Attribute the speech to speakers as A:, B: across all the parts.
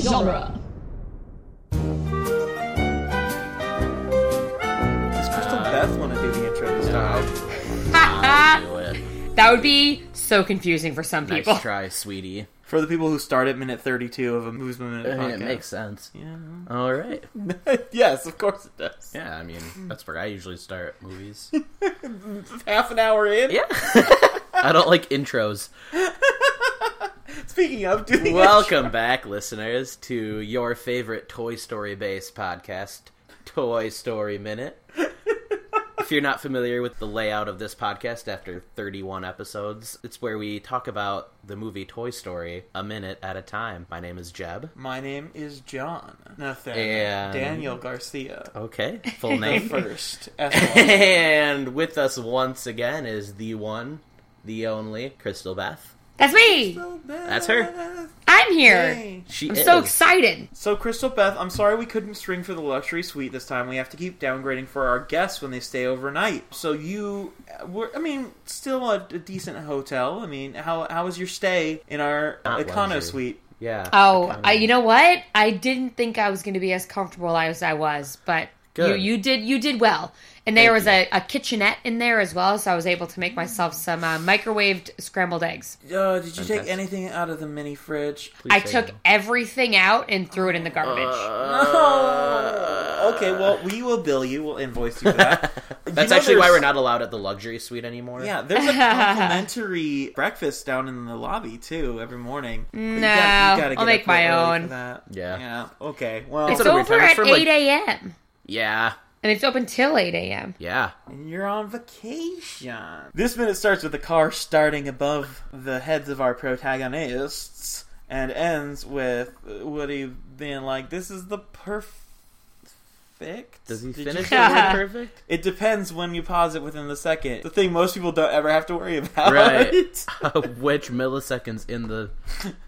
A: genre.
B: Does Crystal Beth want to do the intro this time?
C: I'll do it.
A: That would be so confusing for some
C: Nice
A: people.
C: try, sweetie.
B: For the people who start at minute 32 of a Movement
C: I
B: Minute
C: mean,
B: podcast.
C: it makes sense. All right.
B: yes, of course it does.
C: Yeah, I mean, that's where I usually start movies.
B: Half an hour in.
C: yeah. I don't like intros.
B: Speaking of, do the
C: Welcome back, listeners, to your favorite Toy Story based podcast, Toy Story Minute. if you're not familiar with the layout of this podcast after 31 episodes, it's where we talk about the movie Toy Story a minute at a time. My name is Jeb.
B: My name is John. Nothing.
C: And-
B: Daniel Garcia.
C: Okay, full
B: The
C: name.
B: first. F1.
C: and with us once again is the one, the only, Crystal Beth.
A: That's me.
C: That's her.
A: I'm here.
B: Yay.
C: She
A: I'm
C: is.
A: so excited.
B: So, Crystal Beth, I'm sorry we couldn't string for the luxury suite this time. We have to keep downgrading for our guests when they stay overnight. So, you uh, were, I mean, still a, a decent hotel. I mean, how, how was your stay in our
C: Not
B: Econo
C: luxury.
B: suite?
C: Yeah.
A: Oh,
C: Economy.
A: I, you know what? I didn't think I was going to be as comfortable as I was, but you,
C: Good.
A: you did you did well. And there was
C: Thank
A: a, a kitchenette in there as well, so I was able to make myself some uh, microwaved scrambled eggs.
B: Uh, did you take
C: Fantastic.
B: anything out of the mini fridge?
C: Please
A: I
C: say
A: took
C: no.
A: everything out and threw it in the garbage.
C: Oh,
B: No. Uh, Okay, well, we will bill you. We'll invoice you for that. You
C: That's
B: know
C: actually why
B: there's-
C: we're not allowed at the luxury suite anymore.
B: Yeah, there's a complimentary breakfast down in the lobby too every morning. But you
A: No, I'll
B: up
A: make my
B: early
A: own.
B: for that.
C: Yeah.
B: Yeah. Okay. Well,
A: It's
C: That's at a weird
A: over
C: time. It's
A: at
C: from, like-
A: 8 a.m.
C: Yeah.
A: and it's open till 8 a.m.
C: Yeah.
B: you're on vacation. This minute starts with the car starting above the heads of our protagonists and ends with Woody being like, "This is the perfect."
C: Does he
B: Did you
C: finish
B: say
C: it?
A: Yeah.
C: perfect?
B: It depends when you pause it within the second. The thing most people don't ever have to worry about.
C: Right. Uh, Which milliseconds in the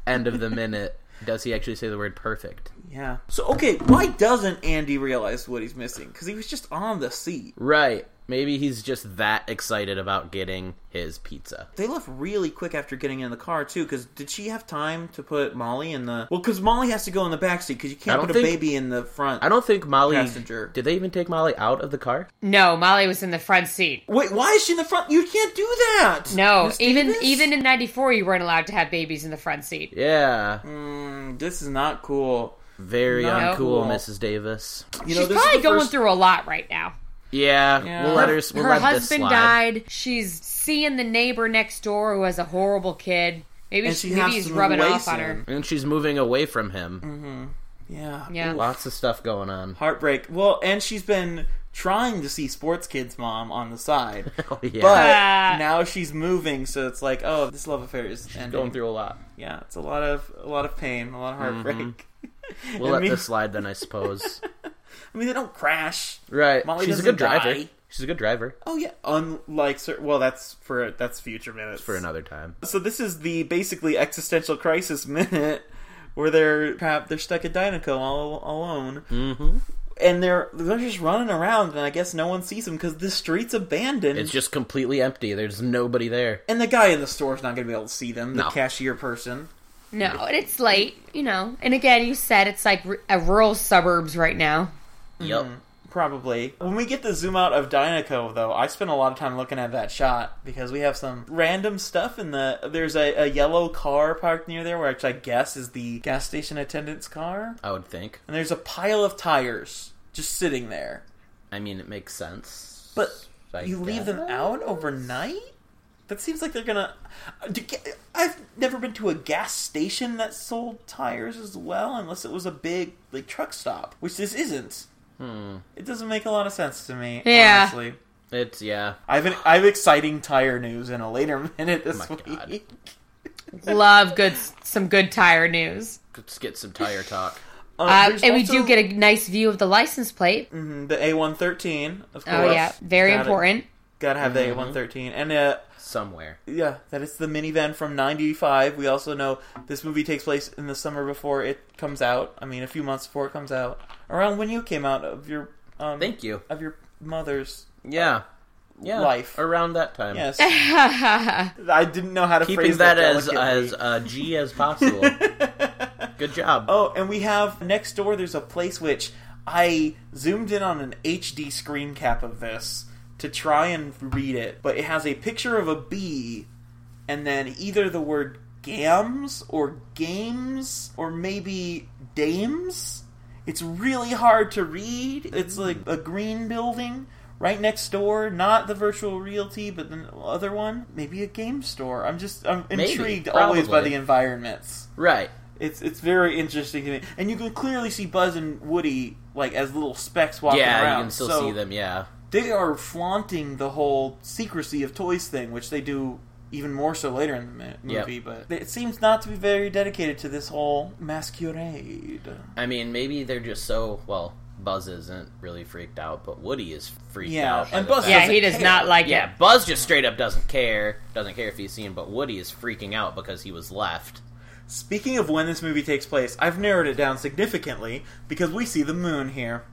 C: end of the minute does he actually say the word perfect?
B: yeah. So, okay, why doesn't Andy realize what he's missing? Because he was just on the seat.
C: Right. Maybe he's just that excited about getting his pizza.
B: They left really quick after getting in the car, too, because did she have time to put Molly in the. Well, because Molly has to go in the backseat, because you
C: I
B: can't
C: don't
B: put a
C: think-
B: baby in the front.
C: I don't think Molly.
B: Passenger.
C: Did they even take Molly out of the car?
A: No, Molly was in the front seat.
B: Wait, why is she in the front? You can't do that!
A: No,
B: Miss
A: even
B: Davis?
A: even in '94, you weren't allowed to have babies in the front seat.
C: Yeah.
B: Mm, this is not cool.
C: Very
B: Not
C: uncool,
B: cool.
C: Mrs. Davis.
B: You know,
A: She's
B: this is
A: probably
B: the
A: going
B: first-
A: through a lot right now.
C: Yeah,
B: Yeah.
C: we'll let her. We'll
A: Her
C: let
A: husband
C: this slide.
A: died. She's seeing the neighbor next door who has a horrible kid. Maybe
B: And
A: she-
B: she
A: maybe
B: has
A: he's
B: to
A: rubbing off
B: race
A: on her.
B: him.
C: and she's moving away from him.
B: Mm. Yeah.
A: Yeah.
C: Lots of stuff going on.
B: Heartbreak. Well, and she's been trying to see Sports Kids mom on the side.
C: Oh, yeah,
B: But
A: Ah.
B: now she's moving, so it's like, oh, this love affair is ending.
C: going through a lot.
B: Yeah, it's a lot of a lot of pain, a lot of heartbreak.
C: We'll
B: I
C: let
B: mean-
C: this slide then, I suppose.
B: I mean, they don't crash.
C: right?
B: Molly
C: She's a
B: doesn't
C: good driver.
B: die.
C: She's a good driver
B: Oh yeah, unlike cer- well, that's for that's future minutes.
C: for another time.
B: So this is the basically existential crisis minute where they're trapped, they're stuck at Dynaco all alone, mm-hmm. and they're they're just running around, and I guess no one sees them because the street's abandoned.
C: It's just completely empty. There's nobody there.
B: and the guy in the store's not going to be able to see them. The
C: No.
B: cashier person.
A: No, and it's late, you know. And again, you said it's like r- a rural suburbs right now.
B: Mm.
C: Yep.
B: Probably. When we get the zoom out of Dynaco, though, I spent a lot of time looking at that shot because we have some random stuff in the. There's a, a yellow car parked near there, which I guess is the gas station attendant's car.
C: I would think.
B: And there's a pile of tires just sitting there.
C: I mean, it makes sense.
B: But
C: I
B: you leave
C: guess.
B: them out overnight? That seems like they're gonna. uh, Do ga- I've never been to a gas station that sold tires as well, unless it was a big like truck stop, which this isn't. Hmm. It doesn't make a lot of sense to me.
A: Yeah.
B: Honestly.
C: It's yeah.
B: I've an, I've exciting tire news in a later minute this
C: Oh my
B: week.
C: God.
A: Love good s- some good tire news.
C: Let's get some tire talk.
B: Um,
A: Uh,
B: there's
A: and we
B: also,
A: do get a nice view of the license plate.
B: mm, the A one thirteen. Of course.
A: Oh yeah, very
B: Gotta-
A: important.
B: Gotta have
C: Mm-hmm.
B: the A one thirteen and uh,
C: Somewhere.
B: Yeah, that it's the minivan from '95. We also know this movie takes place in the summer before it comes out. I mean, a few months before it comes out, around when you came out of your um,
C: Thank you.
B: of your mother's.
C: Yeah. Yeah.
B: Life.
C: around that time.
B: Yes, I didn't know how to
C: Keeping
B: phrase
C: that,
B: that
C: as as uh, G as possible. Good job.
B: Oh, and we have next door. There's a place which I zoomed in on an HD screen cap of this to try and read it, but it has a picture of a bee, and then either the word gams or games or maybe dames. It's really hard to read. It's like a green building right next door, not the virtual realty, but the other one, maybe a game store. I'm just I'm
C: Maybe,
B: intrigued always by
C: probably.
B: the environments.
C: Right.
B: It's it's very interesting to me, and you can clearly see Buzz and Woody like as little specks walking
C: yeah,
B: around.
C: you can still
B: so
C: see them. Yeah.
B: They are flaunting the whole secrecy of toys thing, which they do even more so later in the mi-
C: Yep.
B: movie. But it seems not to be very dedicated to this whole masquerade.
C: I mean, maybe they're just so well. Buzz isn't really freaked out, but Woody is freaked
B: Yeah,
C: out. by
B: and
C: the
B: Buzz
C: fact-
A: Yeah,
B: doesn't
A: he does
B: care.
A: not like
C: yeah,
A: it.
C: Buzz just straight up doesn't care. Doesn't care if he's seen, but Woody is freaking out because he was left.
B: Speaking of when this movie takes place, I've narrowed it down significantly because we see the moon here.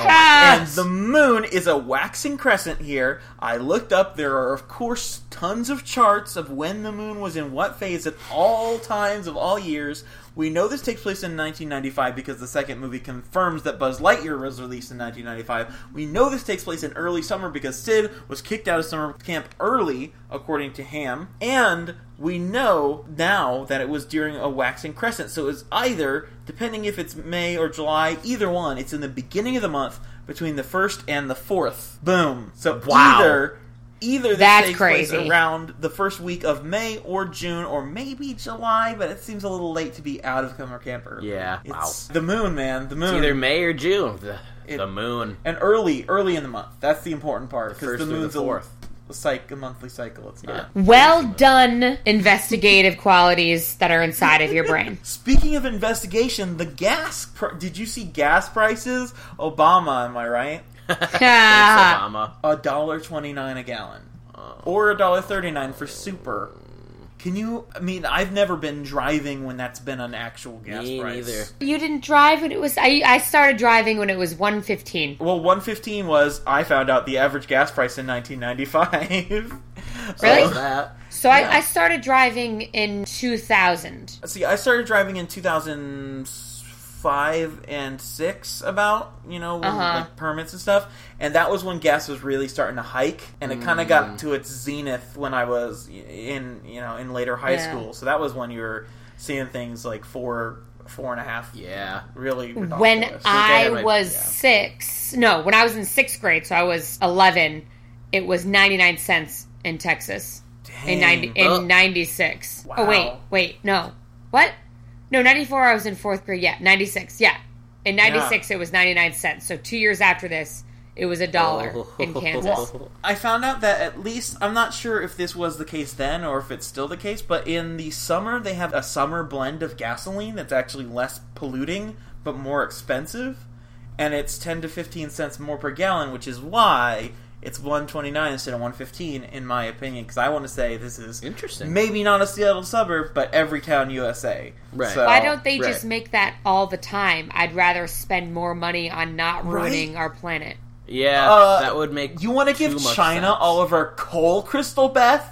A: Ah!
B: And the moon is a waxing crescent here. I looked up. There are, of course, tons of charts of when the moon was in what phase at all times of all years. We know this takes place in 1995 because the second movie confirms that Buzz Lightyear was released in 1995. We know this takes place in early summer because Sid was kicked out of summer camp early, according to Ham. And we know now that it was during a waxing crescent. So it's either, depending if it's May or July, either one, it's in the beginning of the month between the first and the fourth. Boom. So
C: Wow.
B: either either this
A: That's
B: takes place
A: crazy.
B: around the first week of May or June or maybe July, but it seems a little late to be out of summer camp early.
C: Yeah.
B: It's the moon, man. The moon.
C: Either May or June. The,
B: Hmm. It-
C: the moon.
B: and early, early in the month. That's the important part because
C: first
B: the
C: through the
B: moon's
C: fourth.
B: a, a, cyc- a monthly cycle. It's not.
A: Well done investigative qualities that are inside of your brain.
B: Speaking of investigation, the gas. Pr- Did you see gas prices? Obama, am I right?
C: Thanks,
A: Ah.
C: Obama.
B: A dollar twenty nine a gallon, or a dollar thirty nine for super. Can you? I mean, I've never been driving when that's been an actual gas
C: Me
B: price.
C: neither.
A: you didn't drive when it was I, I started driving when it was 115.
B: Well, one fifteen was I found out the average gas price in nineteen ninety five.
A: Really?
C: So that.
A: So I, I started driving in 2000.
B: See, I started driving in 2005 and 6 about, you know, when,
A: Uh-huh.
B: like permits and stuff, and that was when gas was really starting to hike and it kind of got to its zenith when I was in, you know, in later high
A: Yeah.
B: school. So that was when you were seeing things like four four and a half
C: Yeah.
B: really
A: When
B: ridiculous.
A: I
C: might-
A: was
C: yeah.
A: 6, no, when I was in 6th grade, so I was 11, it was 99 cents in Texas in 90
B: Dang.
C: Oh.
A: in 96. Oh wait,
B: Wow.
A: wait, no. What? No, 94 I was in 4th grade. Yeah, 96. Yeah. In 96 it was 99 cents. So 2 years after this, it was a dollar
B: Oh.
A: in Kansas.
C: Well,
B: I found out that at least I'm not sure if this was the case then or if it's still the case, but in the summer they have a summer blend of gasoline that's actually less polluting but more expensive, and it's 10 to 15 cents more per gallon, which is why it's 129 instead of 115 in my opinion because I want to say this is
C: Interesting.
B: Maybe not a Seattle suburb, but every town USA.
C: Right.
A: Why don't they
C: Right.
A: just make that all the time? I'd rather spend more money on not
B: Right?
A: ruining our planet.
C: Yeah,
B: Uh,
C: that would make
B: You want to
C: too
B: give
C: much
B: China
C: sense.
B: all of our coal, Crystal Beth?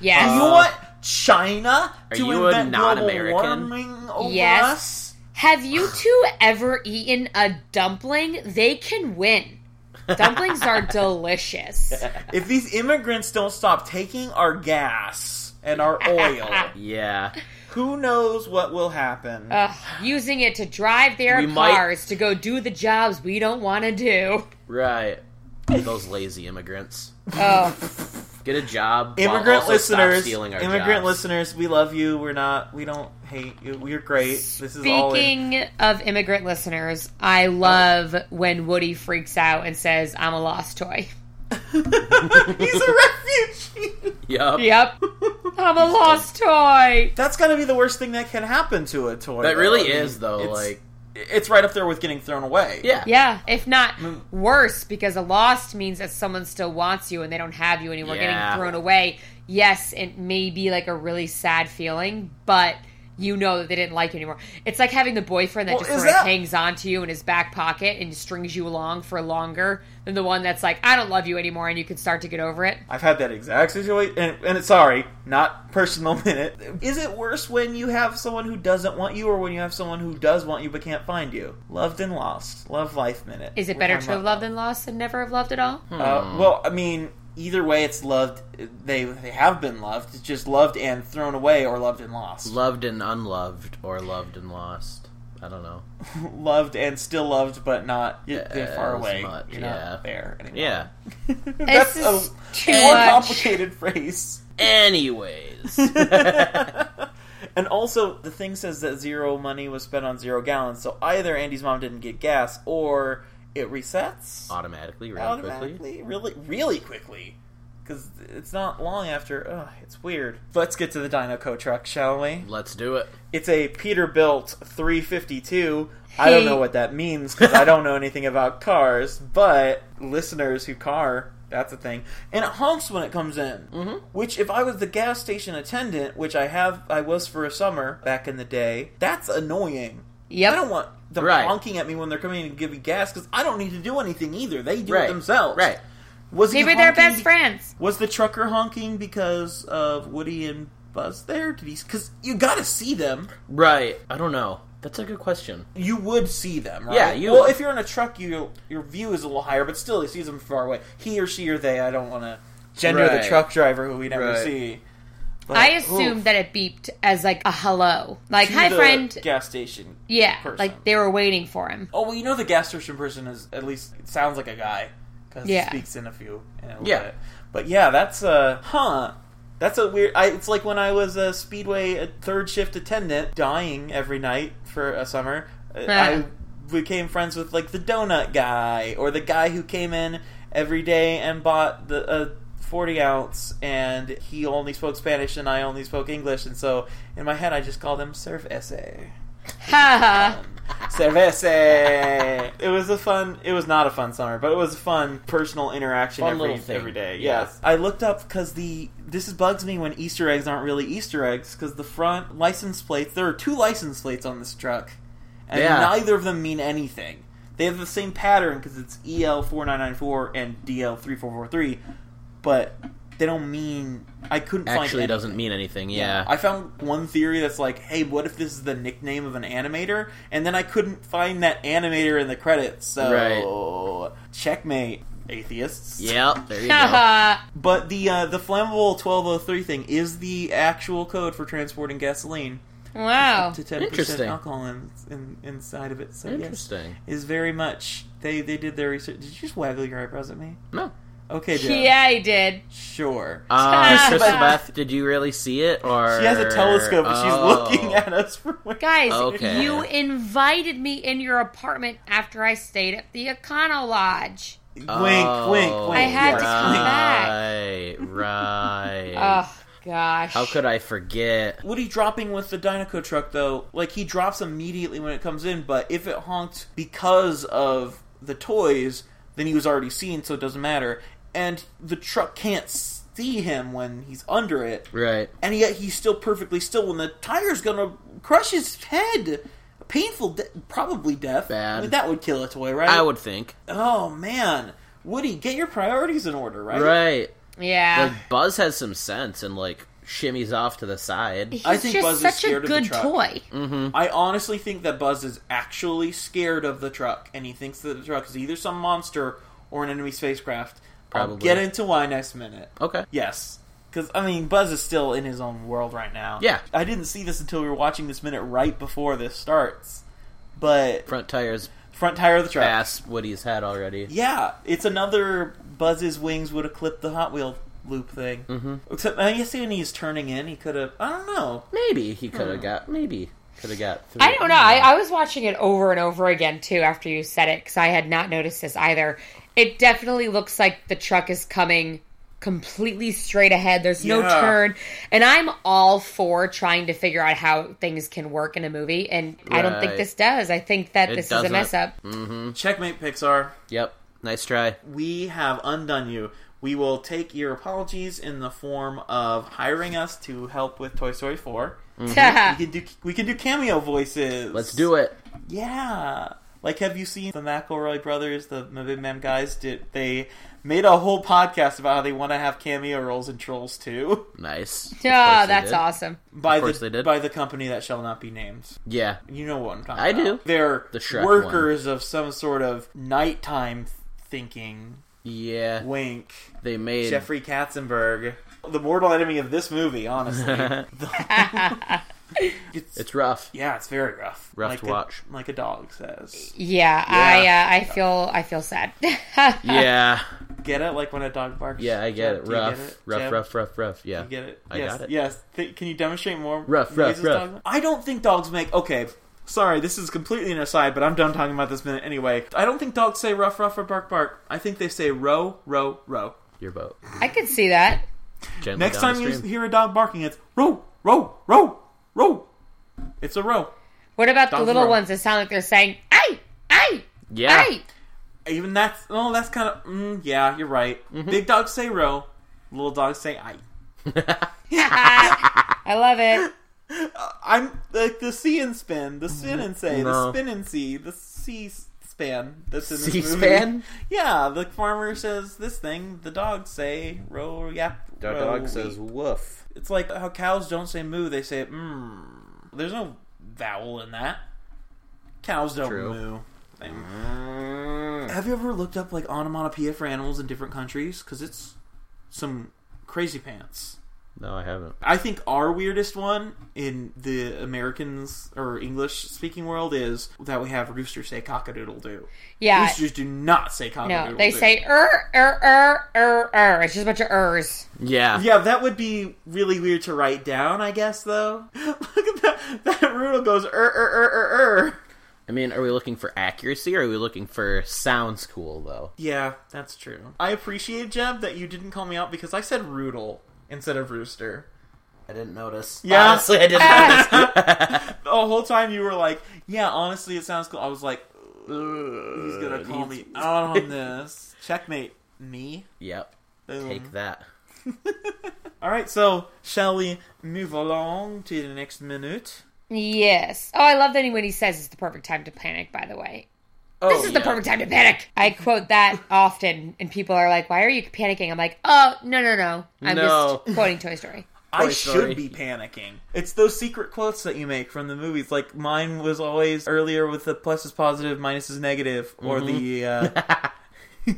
A: Yes.
B: Do you
C: Uh,
B: want China to
C: you a
B: invent global
C: non-American?
B: warming over
A: Yes.
B: us?
A: Have you two ever eaten a dumpling? They can win. Dumplings are delicious.
B: If these immigrants don't stop taking our gas and our oil,
C: Yeah,
B: who knows what will happen?
A: Ugh, using it to drive their
C: We might-
A: cars to go do the jobs we don't want to do.
C: right. Those lazy immigrants
A: Oh,
C: get a job. while
B: immigrant
C: also stop
B: listeners,
C: stealing our
B: immigrant
C: jobs.
B: listeners, we love you. We're not. We don't hate you. You're great. This is all. In,
A: Speaking of immigrant listeners, I love when Woody freaks out and says, I'm a lost toy.
B: he's a refugee.
C: Yup.
A: Yep. I'm a lost toy.
B: That's got to be the worst thing that can happen to a toy.
C: That
B: though.
C: really
B: I mean,
C: is though.
B: it's-
C: Like,
B: it's right up there with getting thrown away.
C: yeah,
A: Yeah, if not worse, because a lost means that someone still wants you and they don't have you anymore,
C: Yeah.
A: getting thrown away. Yes, it may be like a really sad feeling, but you know that they didn't like you anymore. It's like having the boyfriend that
B: Well,
A: just
B: is
A: sort of
B: that-
A: hangs on to you in his back pocket and strings you along for longer than the one that's like, I don't love you anymore, and you can start to get over it.
B: I've had that exact situation, and, and it's sorry, not personal minute. Is it worse when you have someone who doesn't want you, or when you have someone who does want you but can't find you? Loved and lost, love life minute.
A: Is it
B: We're
A: better
B: talking
A: to have
B: about-
A: loved than lost than never have loved at all?
B: Uh, well, I mean, either way, it's loved. They they have been loved. It's just loved and thrown away, or loved and lost.
C: Loved and unloved, or loved and lost. I don't know.
B: loved and still loved, but not y- they're far
C: As
B: away.
C: much,
B: You're
C: yeah.
B: not there anymore.
C: Yeah.
B: that's
A: This
B: a
A: is too
B: more
A: much.
B: complicated phrase.
C: Anyways.
B: And also, the thing says that zero money was spent on zero gallons, so either Andy's mom didn't get gas, or it resets
C: Automatically, really quickly.
B: automatically, really, really quickly, because it's not long after. Ugh, it's weird. Let's get to the Dynoco truck, shall we?
C: Let's do it.
B: It's a Peterbilt 352. I don't know
A: Hey.
B: what that means because I don't know anything about cars, but listeners who car, that's a thing. And it honks when it comes in, mm-hmm. which if I was the gas station attendant, which I have, I was for a summer back in the day, that's annoying.
A: Yep.
B: I don't want them
C: Right.
B: honking at me when they're coming in to give me gas because I don't need to do anything either. They do
C: Right.
B: it themselves.
C: Right.
B: Was he
A: Maybe they're
B: honking
A: best
B: be-
A: friends.
B: was the trucker honking because of Woody and Buzz there? Did he? Because you got to see them.
C: Right. I don't know. That's a good question.
B: You would see them, right?
C: Yeah, you
B: Well,
C: would.
B: if you're in a truck, you your view is a little higher, but still, he sees them from far away. He or she or they. I don't want to gender
C: Right.
B: the truck driver who we never
C: Right.
B: see. But,
A: I assumed
B: oof,
A: that it beeped as like a hello, like
B: to
A: hi
B: the
A: friend.
B: Gas station.
A: yeah,
B: person.
A: like they were waiting for him.
B: Oh well, you know the gas station person is at least it sounds like a guy because
A: Yeah.
B: he speaks in a few. In a little
C: Yeah.
B: bit. but yeah, that's uh, huh. That's a weird. I, it's like when I was a speedway uh, third shift attendant, dying every night for a summer. Uh, I became friends with like the donut guy or the guy who came in every day and bought the. Uh, 40 ounce and he only spoke spanish and i only spoke english and so in my head i just called him serve essay Um,
A: Ha
B: Cerveza. It was a fun. It was not a fun summer, but it was a fun personal interaction
C: Fun
B: every,
C: little thing.
B: every day.
C: Yeah.
B: Yes, I looked up because the this bugs me when Easter eggs aren't really Easter eggs because the front license plates. There are two license plates on this truck, and
C: Yeah.
B: neither of them mean anything. They have the same pattern because it's EL four nine nine four and DL three four four three, but they don't mean. I couldn't
C: Actually,
B: find anything.
C: doesn't mean anything. Yeah.
B: I found one theory that's like, hey, what if this is the nickname of an animator? And then I couldn't find that animator in the credits, so checkmate, atheists.
C: Yep. There you go.
A: ha.
B: But the uh, the flammable twelve oh three thing is the actual code for transporting gasoline
A: Wow.
B: to ten percent
C: Interesting.
B: alcohol in, in, inside of it. So yes,
C: Interesting.
B: is very much they they did their research. Did you just waggle your eyebrows at me?
C: No.
B: Okay, Jeff.
A: Yeah, I did.
B: Sure.
C: Uh,
A: Kristen
C: Kristen
A: Beth.
C: Beth, did you really see it? Or
B: she has a telescope and
C: Oh.
B: she's looking at us from where
A: Guys,
C: Okay.
A: you invited me in your apartment after I stayed at the Econo Lodge.
B: Wink, wink,
C: Oh,
B: wink.
A: I had to come back.
B: Wink.
C: Right. Right.
A: Oh gosh.
C: How could I forget?
B: What are you dropping with the Dynaco truck though? Like he drops immediately when it comes in, but if it honked because of the toys, then he was already seen, so it doesn't matter. And the truck can't see him when he's under it,
C: Right.
B: and yet he's still perfectly still when the tire's gonna crush his head. Painful, de- probably death.
C: Bad.
B: I mean, that would kill a toy, right?
C: I would think.
B: Oh man, Woody, get your priorities in order, right?
C: Right.
A: Yeah.
C: Like Buzz has some sense and like shimmies off to the side.
A: He's
B: I think
A: just
B: Buzz is
A: such a
B: scared of the
A: good
B: truck.
A: toy.
B: I honestly think that Buzz is actually scared of the truck, and he thinks that the truck is either some monster or an enemy spacecraft. I'll
C: Probably.
B: get into why next minute.
C: Okay.
B: Yes. Because, I mean, Buzz is still in his own world right now.
C: Yeah.
B: I didn't see this until we were watching this minute right before this starts. But
C: Front tires
B: front tire of the truck.
C: past Woody's head already.
B: Yeah, it's another Buzz's wings would have clipped the Hot Wheel loop thing. Mm-hmm. Except, I guess when he's turning in, he could have. I don't know.
C: Maybe he could have got. Maybe could have got. Through.
A: Hmm. I don't know. I, I was watching it over and over again too after you said it because I had not noticed this either. It definitely looks like the truck is coming completely straight ahead. There's no
B: Yeah.
A: turn. And I'm all for trying to figure out how things can work in a movie. And I don't think
C: Right.
A: this does. I think that
C: It
A: this is
C: doesn't. Mm-hmm.
A: a mess up.
B: Checkmate, Pixar.
C: Yep. Nice try.
B: we have undone you. We will take your apologies in the form of hiring us to help with Toy Story 4.
A: Ah.
B: We can do we can do cameo voices.
C: Let's do it.
B: Yeah. Like, have you seen the McElroy brothers, the Mabim Mam guys? Did they made a whole podcast about how they want to have cameo roles in Trolls too
C: Nice. Of course
A: Oh,
C: they
A: that's
C: did.
A: awesome.
B: by
C: course
B: the
C: they did.
B: by the company that shall not be named?
C: Yeah.
B: You know what I'm talking
C: I
B: about.
C: do.
B: They're
C: The Shrek
B: workers of some sort of nighttime thinking.
C: Yeah.
B: Wink.
C: They made
B: Jeffrey Katzenberg, the mortal enemy of this movie, honestly. The- it's,
C: It's rough.
B: yeah, it's very rough.
C: Rough
B: like
C: to
B: a,
C: watch.
B: Like a dog says.
A: Yeah,
B: Yeah.
A: I uh, I feel I feel sad.
C: Yeah.
B: Get it? Like when a dog barks.
C: Yeah, I get
B: Jeb,
C: it.
B: do you
C: Rough.
B: get it?
C: Rough,
B: Jeb,
C: rough, rough, rough. Yeah.
B: You get it?
C: I
B: yes,
C: got it.
B: Yes. Th- can you demonstrate more?
C: Rough, rough,
B: noises
C: rough.
B: dogs- I don't think dogs make. Okay. Sorry, this is completely an aside, but I'm done talking about this minute anyway. I don't think dogs say rough, rough, or bark, bark. I think they say row, row, row.
C: Your boat.
A: I could see that.
C: Gently
B: Next
C: down
B: time
C: the
B: you
C: stream.
B: hear a dog barking, it's row, row, row, row. It's a row.
A: What about the
B: Dogs
A: little
B: roar.
A: ones that sound like they're saying "ay, ay,
C: Yeah.
A: ay"?
B: Even that's oh, that's kind of mm, yeah. You're right. Big dogs say row, little dogs say I.
A: I love it.
B: Uh, I'm like the C and spin, the spin and say,
C: No.
B: the spin and see, the C span. That's in this movie.
C: C-SPAN?
B: Yeah, the farmer says this thing. The dogs say row, yap.
C: The
B: row,
C: dog
B: wee.
C: says woof.
B: It's like how cows don't say moo; they say mmm. There's no vowel in that. Cows don't
C: True.
B: moo. They- mm. Have you ever looked up like onomatopoeia for animals in different countries? Because it's some crazy pants.
C: No, I haven't.
B: I think our weirdest one in the Americans or English speaking world is that we have roosters say cockadoodle doo.
A: Yeah,
B: Roosters do not say cockadoodle.
A: no, they say "er, er, er, er, er." It's just a bunch of "ers."
C: Yeah.
B: Yeah, that would be really weird to write down, I guess. Though, look at that. That roodle goes er er er er er.
C: I mean, are we looking for accuracy or are we looking for sounds cool though?
B: Yeah, that's true. I appreciate Jeb that you didn't call me out because I said roodle instead of rooster.
C: I didn't notice.
B: Yeah. Ah!
C: Honestly, I didn't notice.
B: The whole time you were like, "Yeah, honestly, it sounds cool." I was like, "Ugh, "He's gonna call me out on this." Checkmate. Me.
C: yep.
B: Boom.
C: Take that.
B: All right, so shall we move along to the next minute?
A: Yes. Oh, I love that he- when he says it's the perfect time to panic. By the way,
B: Oh,
A: this is the perfect time to panic. I quote that often, and people are like, "Why are you panicking?" I'm like, "Oh, no, no, no. I'm
C: No.
A: just quoting Toy Story."
B: I
C: Toy Story.
B: should be panicking. It's those secret quotes that you make from the movies. Like mine was always earlier with the plus is positive, minus is negative, or the
C: Mm-hmm.
B: uh,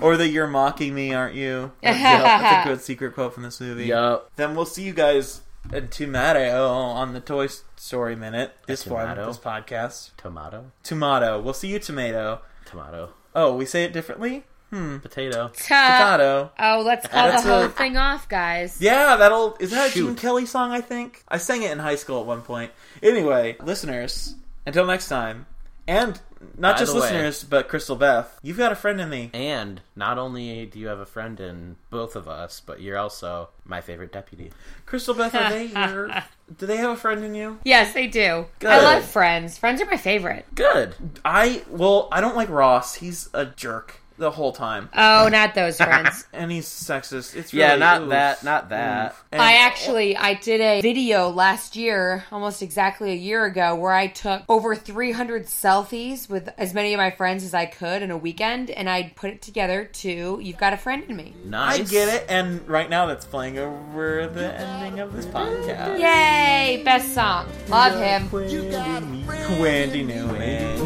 B: or the you're mocking me, aren't you? That's a good secret quote from this movie.
C: Yup.
B: Then we'll see you guys in tomato on the Toy Story minute. This one,
C: tomato?
B: this podcast.
C: Tomato.
B: Tomato. We'll see you tomato.
C: Tomato.
B: Oh, we say it differently.
C: Potato.
A: Ta-
B: Potato.
A: oh, let's call the
B: That's
A: whole
B: a-
A: thing off, guys.
B: Yeah, that'll is that a Gene
C: Shoot.
B: Kelly song? I think I sang it in high school at one point. Anyway, listeners, until next time, and not
C: By
B: just
C: the way-
B: listeners, but Crystal Beth, you've got a friend in me.
C: And not only do you have a friend in both of us, but you're also my favorite deputy.
B: Crystal Beth, are they your? Do they have a friend in you?
A: Yes, they do. I
C: Good.
A: love Friends. Friends are my favorite.
C: Good.
B: I well, I don't like Ross. He's a jerk the whole time,
A: Oh, not those Friends.
B: and he's sexist. It's
C: Yeah,
B: really-
C: not
B: oof,
C: that, not that.
B: oof. And-
A: I actually I did a video last year, almost exactly a year ago, where I took over 300 selfies with as many of my friends as I could in a weekend, and I put it together to "You've Got a Friend in Me."
C: Nice.
B: I get it, and right now that's playing over the ending of this podcast.
A: Yay! Best song. Love him.
B: Wendy Newman.